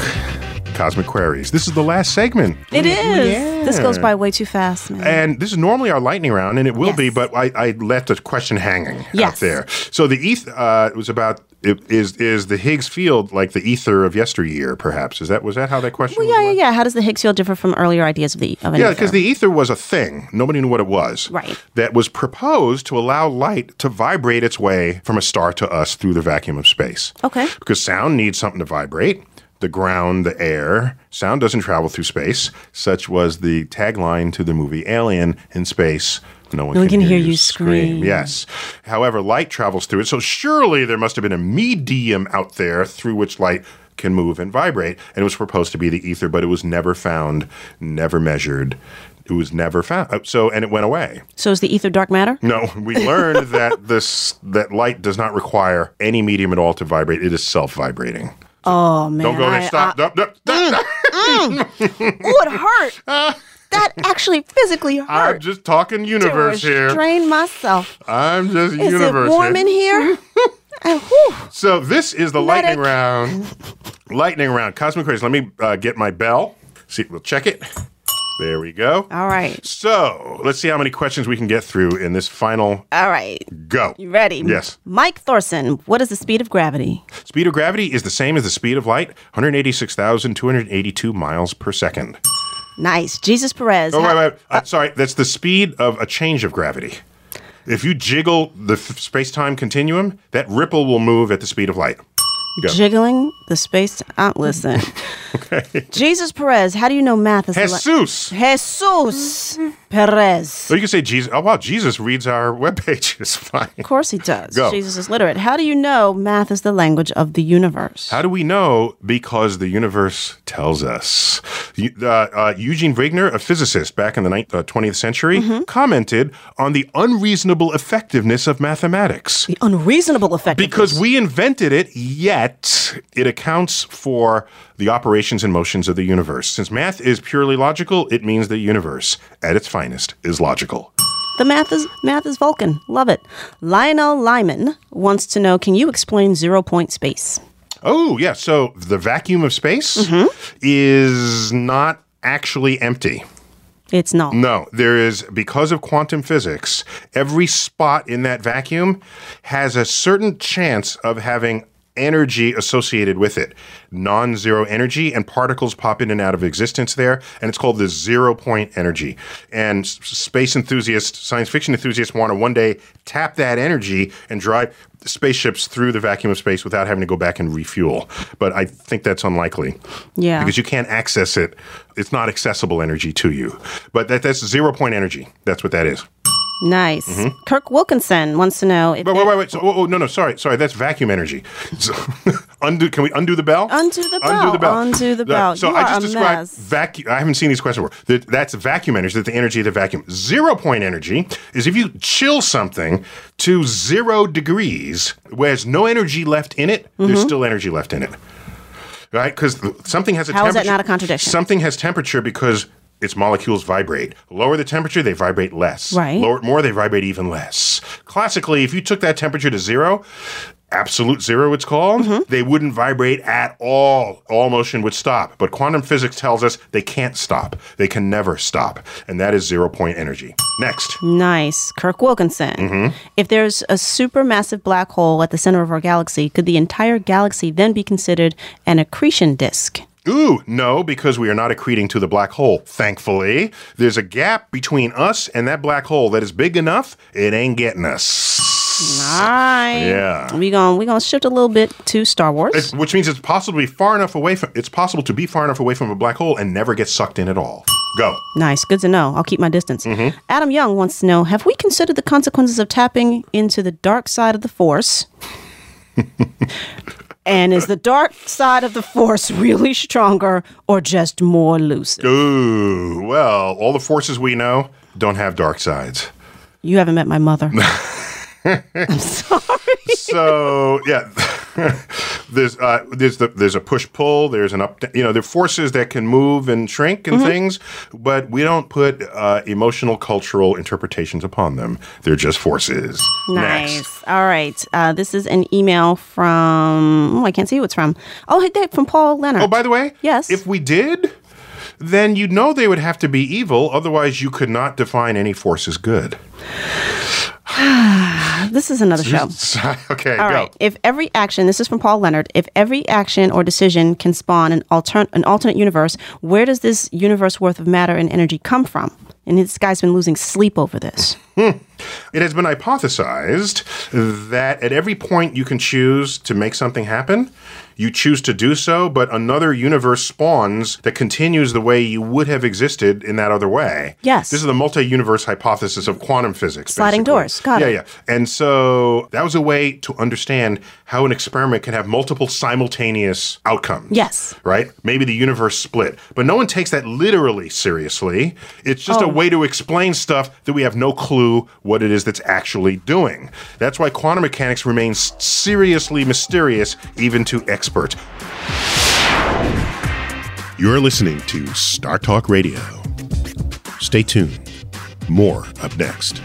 S1: Cosmic Queries. This is the last segment.
S2: It is. This goes
S1: Yeah.
S2: by way too fast, man.
S1: And this is normally our lightning round, and it will be,
S2: Yes.
S1: but I, I left a question hanging out
S2: Yes.
S1: there. So the ETH uh, was about it- is is the Higgs field like the ether of yesteryear? Perhaps is that was that how that question?
S2: Well,
S1: was
S2: yeah, yeah,
S1: worded?
S2: yeah. How does the Higgs field differ from earlier ideas of the of an
S1: Yeah,
S2: ether?
S1: because the ether was a thing. Nobody knew what it was.
S2: Right.
S1: That was proposed to allow light to vibrate its way from a star to us through the vacuum of space.
S2: Okay.
S1: Because sound needs something to vibrate the ground, the air. Sound doesn't travel through space. Such was the tagline to the movie Alien in Space. No one,
S2: No one
S1: can, hear, you
S2: scream.
S1: Yes. However, light travels through it. So surely there must have been a medium out there through which light can move and vibrate. And it was proposed to be the ether, but it was never found, never measured. It was never found. Uh, So, and it went away.
S2: so is the ether dark matter?
S1: No, we learned that this that light does not require any medium at all to vibrate. It is self-vibrating.
S2: Oh man!
S1: Don't go there.
S2: I-
S1: Stop.
S2: I-
S1: Nope, nope, stop, stop.
S2: Ooh, it hurt. that actually physically hurt.
S1: I'm just talking
S2: to
S1: universe here.
S2: restrain myself.
S1: I'm just
S2: Is
S1: universe
S2: it warm
S1: here.
S2: in here? and, whew,
S1: So this is the
S2: Medic.
S1: lightning round. lightning round. Cosmic Rays. Let me uh, get my bell. See, we'll check it. There we go.
S2: all right,
S1: So let's see how many questions we can get through in this final
S2: all right.
S1: go.
S2: You ready?
S1: Yes.
S2: Mike Thorson, what is the speed of gravity?
S1: Speed of gravity is the same as the speed of light, 186,282 miles per second.
S2: Nice. Jesus Perez.
S1: Oh,
S2: how-
S1: wait, wait. Uh, sorry, that's the speed of a change of gravity. If you jiggle the f- space time continuum, that ripple will move at the speed of light. Go.
S2: Jiggling the space. Uh, listen. Jesus Perez, how do you know math is the
S1: Jesus!
S2: la- Jesus Perez.
S1: So you can say Jesus. Oh, wow, Jesus reads our webpage. It's fine.
S2: Of course he does.
S1: Go.
S2: Jesus is literate. How do you know math is the language of the universe?
S1: How do we know? Because the universe tells us. You- uh, uh, Eugene Wigner, a physicist back in the ninth, uh, 20th century, commented on the unreasonable effectiveness of mathematics.
S2: the unreasonable effect. of
S1: Because
S2: this.
S1: we invented it, yet it accounts for the operations and motions of the universe. Since math is purely logical, it means the universe, at its finest, is logical.
S2: the math is math is Vulcan. Love it. Lionel Lyman wants to know, can you explain zero point space?
S1: Oh, yeah. So the vacuum of space is not actually empty.
S2: It's not.
S1: No, there is, because of quantum physics, every spot in that vacuum has a certain chance of having energy associated with it, non zero energy, and particles pop in and out of existence there. And it's called the zero point energy. And s- space enthusiasts, science fiction enthusiasts want to one day tap that energy and drive spaceships through the vacuum of space without having to go back and refuel. But I think that's unlikely.
S2: Yeah.
S1: Because you can't access it. It's not accessible energy to you. But that, that's zero point energy. That's what that is.
S2: Nice.
S1: Mm-hmm.
S2: Kirk Wilkinson wants to know if
S1: But wait, wait, wait. So, oh, oh, no, no. Sorry, sorry. That's vacuum energy. So, undo. Can we undo the bell?
S2: Undo the bell, undo the
S1: No,
S2: bell.
S1: So
S2: You
S1: I
S2: are
S1: just
S2: a
S1: described
S2: mess.
S1: vacuum. I haven't seen these questions before. That, that's vacuum energy. That's the energy of the vacuum. Zero point energy is if you chill something to zero degrees, whereas no energy left in it.
S2: Mm-hmm.
S1: There's still energy left in it. Right? Because something has a
S2: How is
S1: temperature.
S2: that not a contradiction?
S1: Something has temperature because its molecules vibrate. Lower the temperature, they vibrate less.
S2: Right.
S1: Lower it more, they vibrate even less. Classically, if you took that temperature to zero, absolute zero it's called, they wouldn't vibrate at all. All motion would stop. But quantum physics tells us they can't stop. They can never stop. And that is zero point energy. Next.
S2: Nice. Kirk Wilkinson.
S1: Mm-hmm.
S2: If there's a supermassive black hole at the center of our galaxy, could the entire galaxy then be considered an accretion disk?
S1: Ooh, no, because we are not accreting to the black hole, thankfully. There's a gap between us and that black hole that is big enough, it ain't getting us.
S2: Alright.
S1: Yeah.
S2: We gon' we gonna shift a little bit to Star Wars.
S1: It's, which means it's possible to be far enough away from it's possible to be far enough away from a black hole and never get sucked in at all. Go.
S2: nice. Good to know. I'll keep my distance. Adam Young wants to know: Have we considered the consequences of tapping into the dark side of the Force? and is the dark side of the Force really stronger or just more lucid?
S1: Ooh, well, all the forces we know don't have dark sides.
S2: You haven't met my mother. I'm sorry.
S1: so yeah, there's uh, there's the, there's a push pull. There's an up. You know, there are forces that can move and shrink and things, but we don't put uh, emotional cultural interpretations upon them. They're just forces.
S2: Nice.
S1: Next.
S2: All right. Uh, this is an email from. Oh, I can't see who it's from. Oh, hey, Dave, from Paul Leonard.
S1: Oh, by the way,
S2: Yes.
S1: If we did, then you'd know they would have to be evil. Otherwise, you could not define any force as good.
S2: this is another show.
S1: okay,
S2: All
S1: go.
S2: right. If every action, this is from Paul Leonard. If every action or decision can spawn an altern an alternate universe, where does this universe worth of matter and energy come from? And this guy's been losing sleep over this.
S1: It has been hypothesized that at every point you can choose to make something happen, you choose to do so, but another universe spawns that continues the way you would have existed in that other way.
S2: Yes.
S1: This is the multi universe hypothesis of quantum physics.
S2: Sliding
S1: basically.
S2: doors. Got
S1: yeah,
S2: it.
S1: Yeah, And so that was a way to understand how an experiment can have multiple simultaneous outcomes.
S2: Yes.
S1: Right? Maybe the universe split. But no one takes that literally seriously. It's just a way to explain stuff that we have no clue what it is that's actually doing. That's why quantum mechanics remains seriously mysterious even to ex expert. You're listening to Star Talk Radio. Stay tuned. More up next.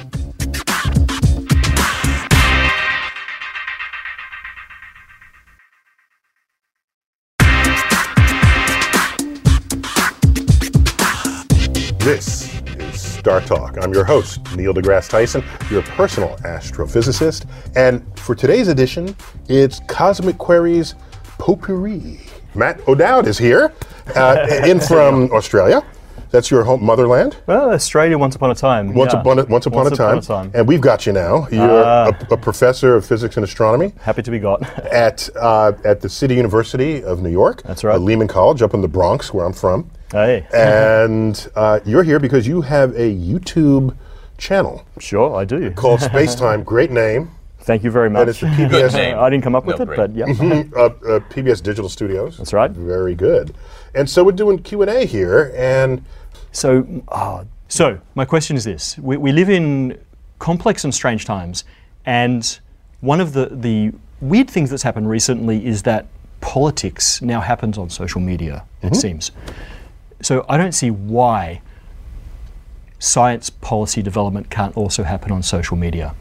S1: This is Star Talk. I'm your host, Neil deGrasse Tyson, your personal astrophysicist. And for today's edition, it's Cosmic Queries Potpourri. Matt O'Dowd is here, uh, in from Australia. That's your home motherland.
S4: Well, Australia once upon a time.
S1: Once,
S4: yeah.
S1: upon a, once upon a time. Ah. And we've got you now. You're a, a professor of physics and astronomy
S4: Happy to be got.
S1: at, uh, at the City University of New York.
S4: That's right.
S1: uh, Lehman College up in the Bronx, where I'm from.
S4: hey,
S1: And uh, you're here because you have a YouTube channel
S4: sure, I do.
S1: called Spacetime. Great name.
S4: Thank you very
S1: And
S4: much.
S1: it's the PBS,
S4: I didn't come up with
S5: No,
S4: it,
S5: great.
S4: but yeah.
S1: uh, uh, PBS Digital Studios.
S4: That's right.
S1: Very good. And so we're doing Q&A here. And
S4: So, ah, so my question is this: we, we live in complex and strange times, and one of the the weird things that's happened recently is that politics now happens on social media. It seems. So I don't see why science policy development can't also happen on social media.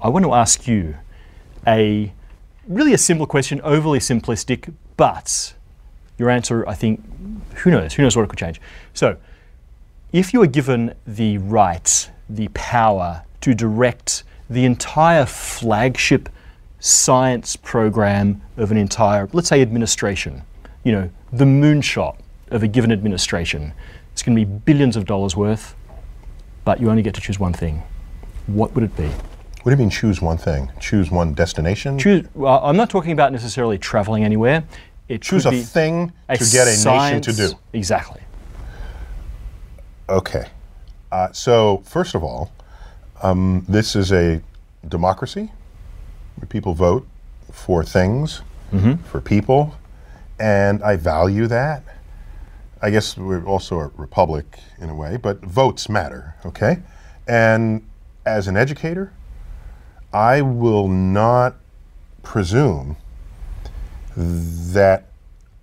S4: I want to ask you a really a simple question, overly simplistic, but your answer, I think, who knows? Who knows what it could change? So, if you were given the right, the power to direct the entire flagship science program of an entire, let's say, administration, you know, the moonshot of a given administration, it's going to be billions of dollars worth, but you only get to choose one thing. What would it be?
S1: what do you mean choose one thing? Choose one destination?
S4: Choose, well, I'm not talking about necessarily traveling anywhere. It
S1: Choose
S4: could
S1: a
S4: be
S1: thing to get a nation to
S4: science-
S1: do.
S4: Exactly.
S1: Okay. Uh, so, first of all, um, this is a democracy where people vote for things, for people, and I value that. I guess we're also a republic in a way, but votes matter, okay? And as an educator, I will not presume that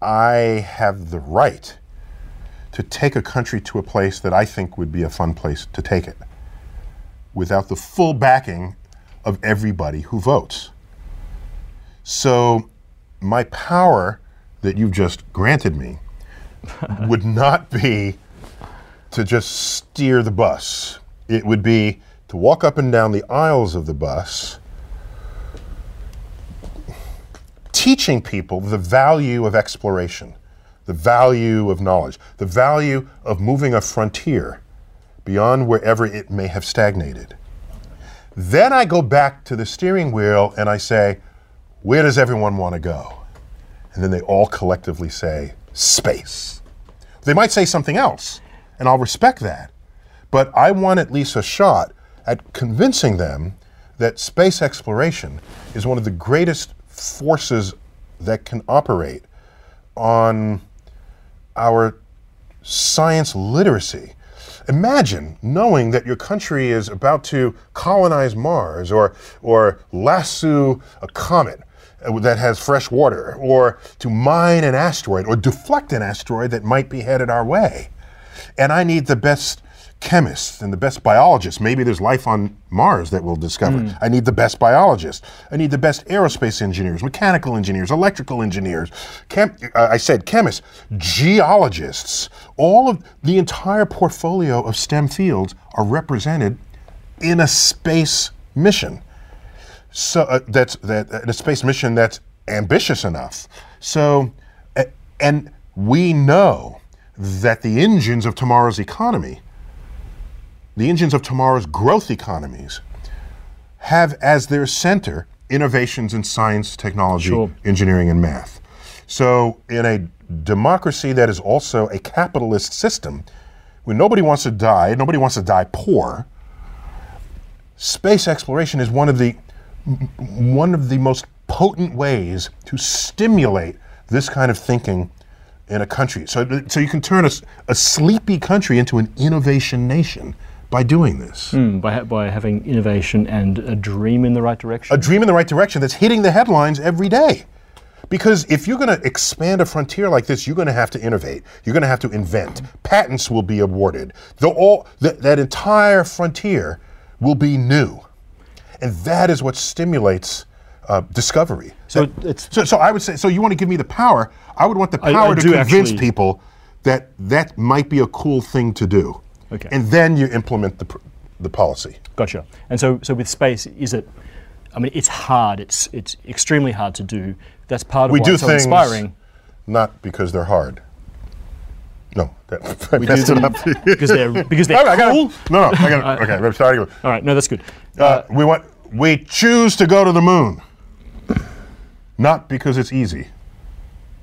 S1: I have the right to take a country to a place that I think would be a fun place to take it without the full backing of everybody who votes. So, my power that you've just granted me would not be to just steer the bus, it would be to walk up and down the aisles of the bus. teaching people the value of exploration, the value of knowledge, the value of moving a frontier beyond wherever it may have stagnated. Then I go back to the steering wheel and I say, where does everyone want to go? And then they all collectively say, space. They might say something else, and I'll respect that. But I want at least a shot at convincing them that space exploration is one of the greatest forces that can operate on our science literacy. Imagine knowing that your country is about to colonize Mars or, or lasso a comet uh, that has fresh water, or to mine an asteroid, or deflect an asteroid that might be headed our way. And I need the best chemists and the best biologists. Maybe there's life on Mars that we'll discover. I need the best biologists. I need the best aerospace engineers, mechanical engineers, electrical engineers. Chem- uh, I said chemists, geologists. All of the entire portfolio of STEM fields are represented in a space mission. So uh, that's that uh, in a space mission that's ambitious enough. So, uh, and we know that the engines of tomorrow's economy the engines of tomorrow's growth economies have as their center innovations in science, technology,
S4: Sure.
S1: engineering, and math. So, in a democracy that is also a capitalist system, when nobody wants to die, nobody wants to die poor, space exploration is one of the m- m- one of the most potent ways to stimulate this kind of thinking in a country. So, th- so you can turn a, s- a sleepy country into an innovation nation by doing this.
S4: Mm, by, ha- by having innovation and a dream in the right direction.
S1: A dream in the right direction that's hitting the headlines every day. Because if you're going to expand a frontier like this, you're going to have to innovate. You're going to have to invent. Patents will be awarded. The, all, that that entire frontier will be new. And that is what stimulates uh, discovery.
S4: So
S1: That-
S4: it's-
S1: so, so I would say, so you want to give me the power. I would want the
S4: I- I
S1: power to
S4: do
S1: convince
S4: actually-
S1: people that that might be a cool thing to do.
S4: Okay.
S1: And then you implement the, pr- the policy.
S4: Gotcha. And so, so with space, is it? I mean, it's hard. It's it's extremely hard to do. That's part of
S1: We
S4: why
S1: do
S4: it's so
S1: things-
S4: inspiring.
S1: Not because they're hard. No, that, I
S4: We
S1: messed
S4: do
S1: it up.
S4: them because they're because they're
S1: All right, I
S4: cool.
S1: got No, no, I got Okay, I'm starting. over.
S4: All right, no, that's good.
S1: Uh, we want. We choose to go to the moon, not because it's easy,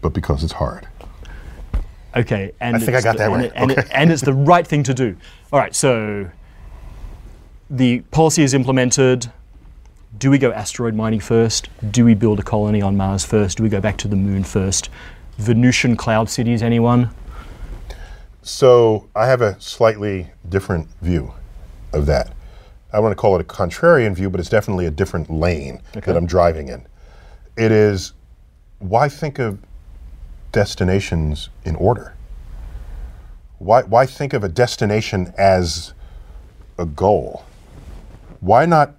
S1: but because it's hard.
S4: Okay, and
S1: I think I
S4: it's
S1: got
S4: the-
S1: that
S4: and
S1: right.
S4: it- and, it-
S1: Okay.
S4: and it's the right thing to do. All right, so the policy is implemented. Do we go asteroid mining first? Do we build a colony on Mars first? Do we go back to the moon first? Venusian cloud cities, anyone?
S1: So I have a slightly different view of that. I want to call it a contrarian view, but it's definitely a different lane that I'm driving in. It is why think of destinations in order? Why, why think of a destination as a goal? Why not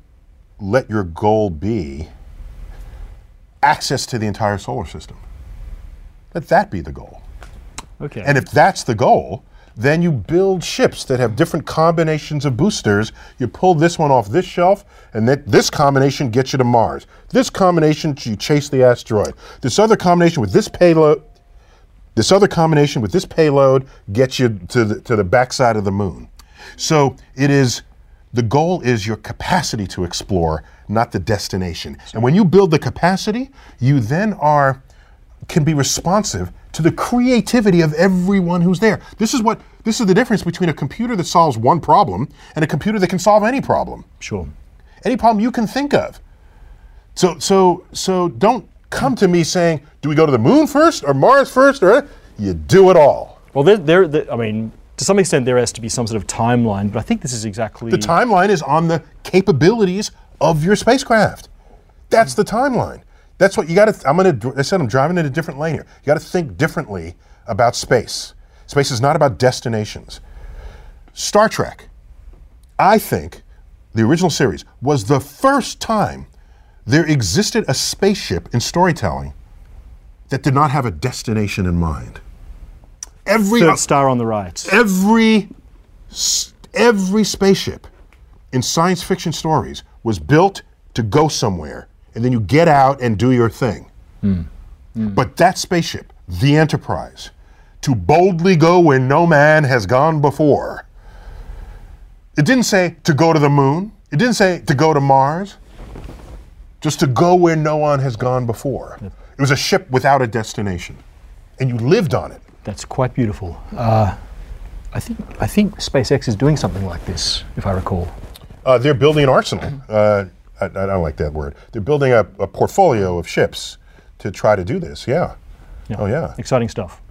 S1: let your goal be access to the entire solar system? Let that be the goal.
S4: Okay.
S1: And if that's the goal, then you build ships that have different combinations of boosters. You pull this one off this shelf, and that this combination gets you to Mars. This combination, you chase the asteroid. This other combination with this payload, this other combination with this payload gets you to the, to the backside of the moon. So it is the goal is your capacity to explore, not the destination. And when you build the capacity, you then are can be responsive to the creativity of everyone who's there. This is what this is the difference between a computer that solves one problem and a computer that can solve any problem
S4: sure.
S1: any problem you can think of. So so so don't come to me saying, do we go to the moon first or Mars first or you do it all.
S4: Well, there, there, there- I mean, to some extent, there has to be some sort of timeline, but I think this is exactly
S1: The timeline is on the capabilities of your spacecraft. That's the timeline. That's what you got to. I'm going to. I said I'm driving in a different lane here. You got to think differently about space. Space is not about destinations. Star Trek, I think, the original series was the first time there existed a spaceship in storytelling that did not have a destination in mind. Every
S4: third star on the right.
S1: every s- every spaceship in science fiction stories was built to go somewhere and then you get out and do your thing but that spaceship the enterprise to boldly go where no man has gone before it didn't say to go to the moon it didn't say to go to mars just to go where no one has gone before it was a ship without a destination and you lived on it
S4: That's quite beautiful. Uh, I think I think SpaceX is doing something like this, if I recall.
S1: Uh, they're building an arsenal. Uh, I, I don't like that word. They're building a, a portfolio of ships to try to do this. Yeah. Oh, yeah.
S4: Exciting stuff.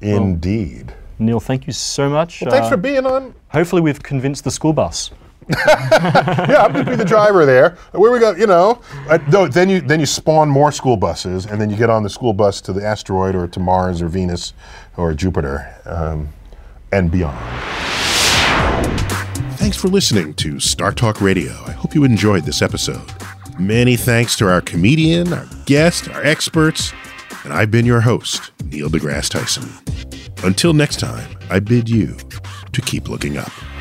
S1: Indeed.
S4: Neil, thank you so much.
S1: Well, thanks
S4: Uh,
S1: for being on.
S4: Hopefully, we've convinced the school bus.
S1: Yeah, I'm going to be the driver there. Where we go, you know. Uh, no, then you then you spawn more school buses, and then you get on the school bus to the asteroid or to Mars or Venus or Jupiter um, and beyond.
S5: Thanks for listening to Star Talk Radio. I hope you enjoyed this episode. Many thanks to our comedian, our guest, our experts, and I've been your host, Neil deGrasse Tyson. Until next time, I bid you to keep looking up.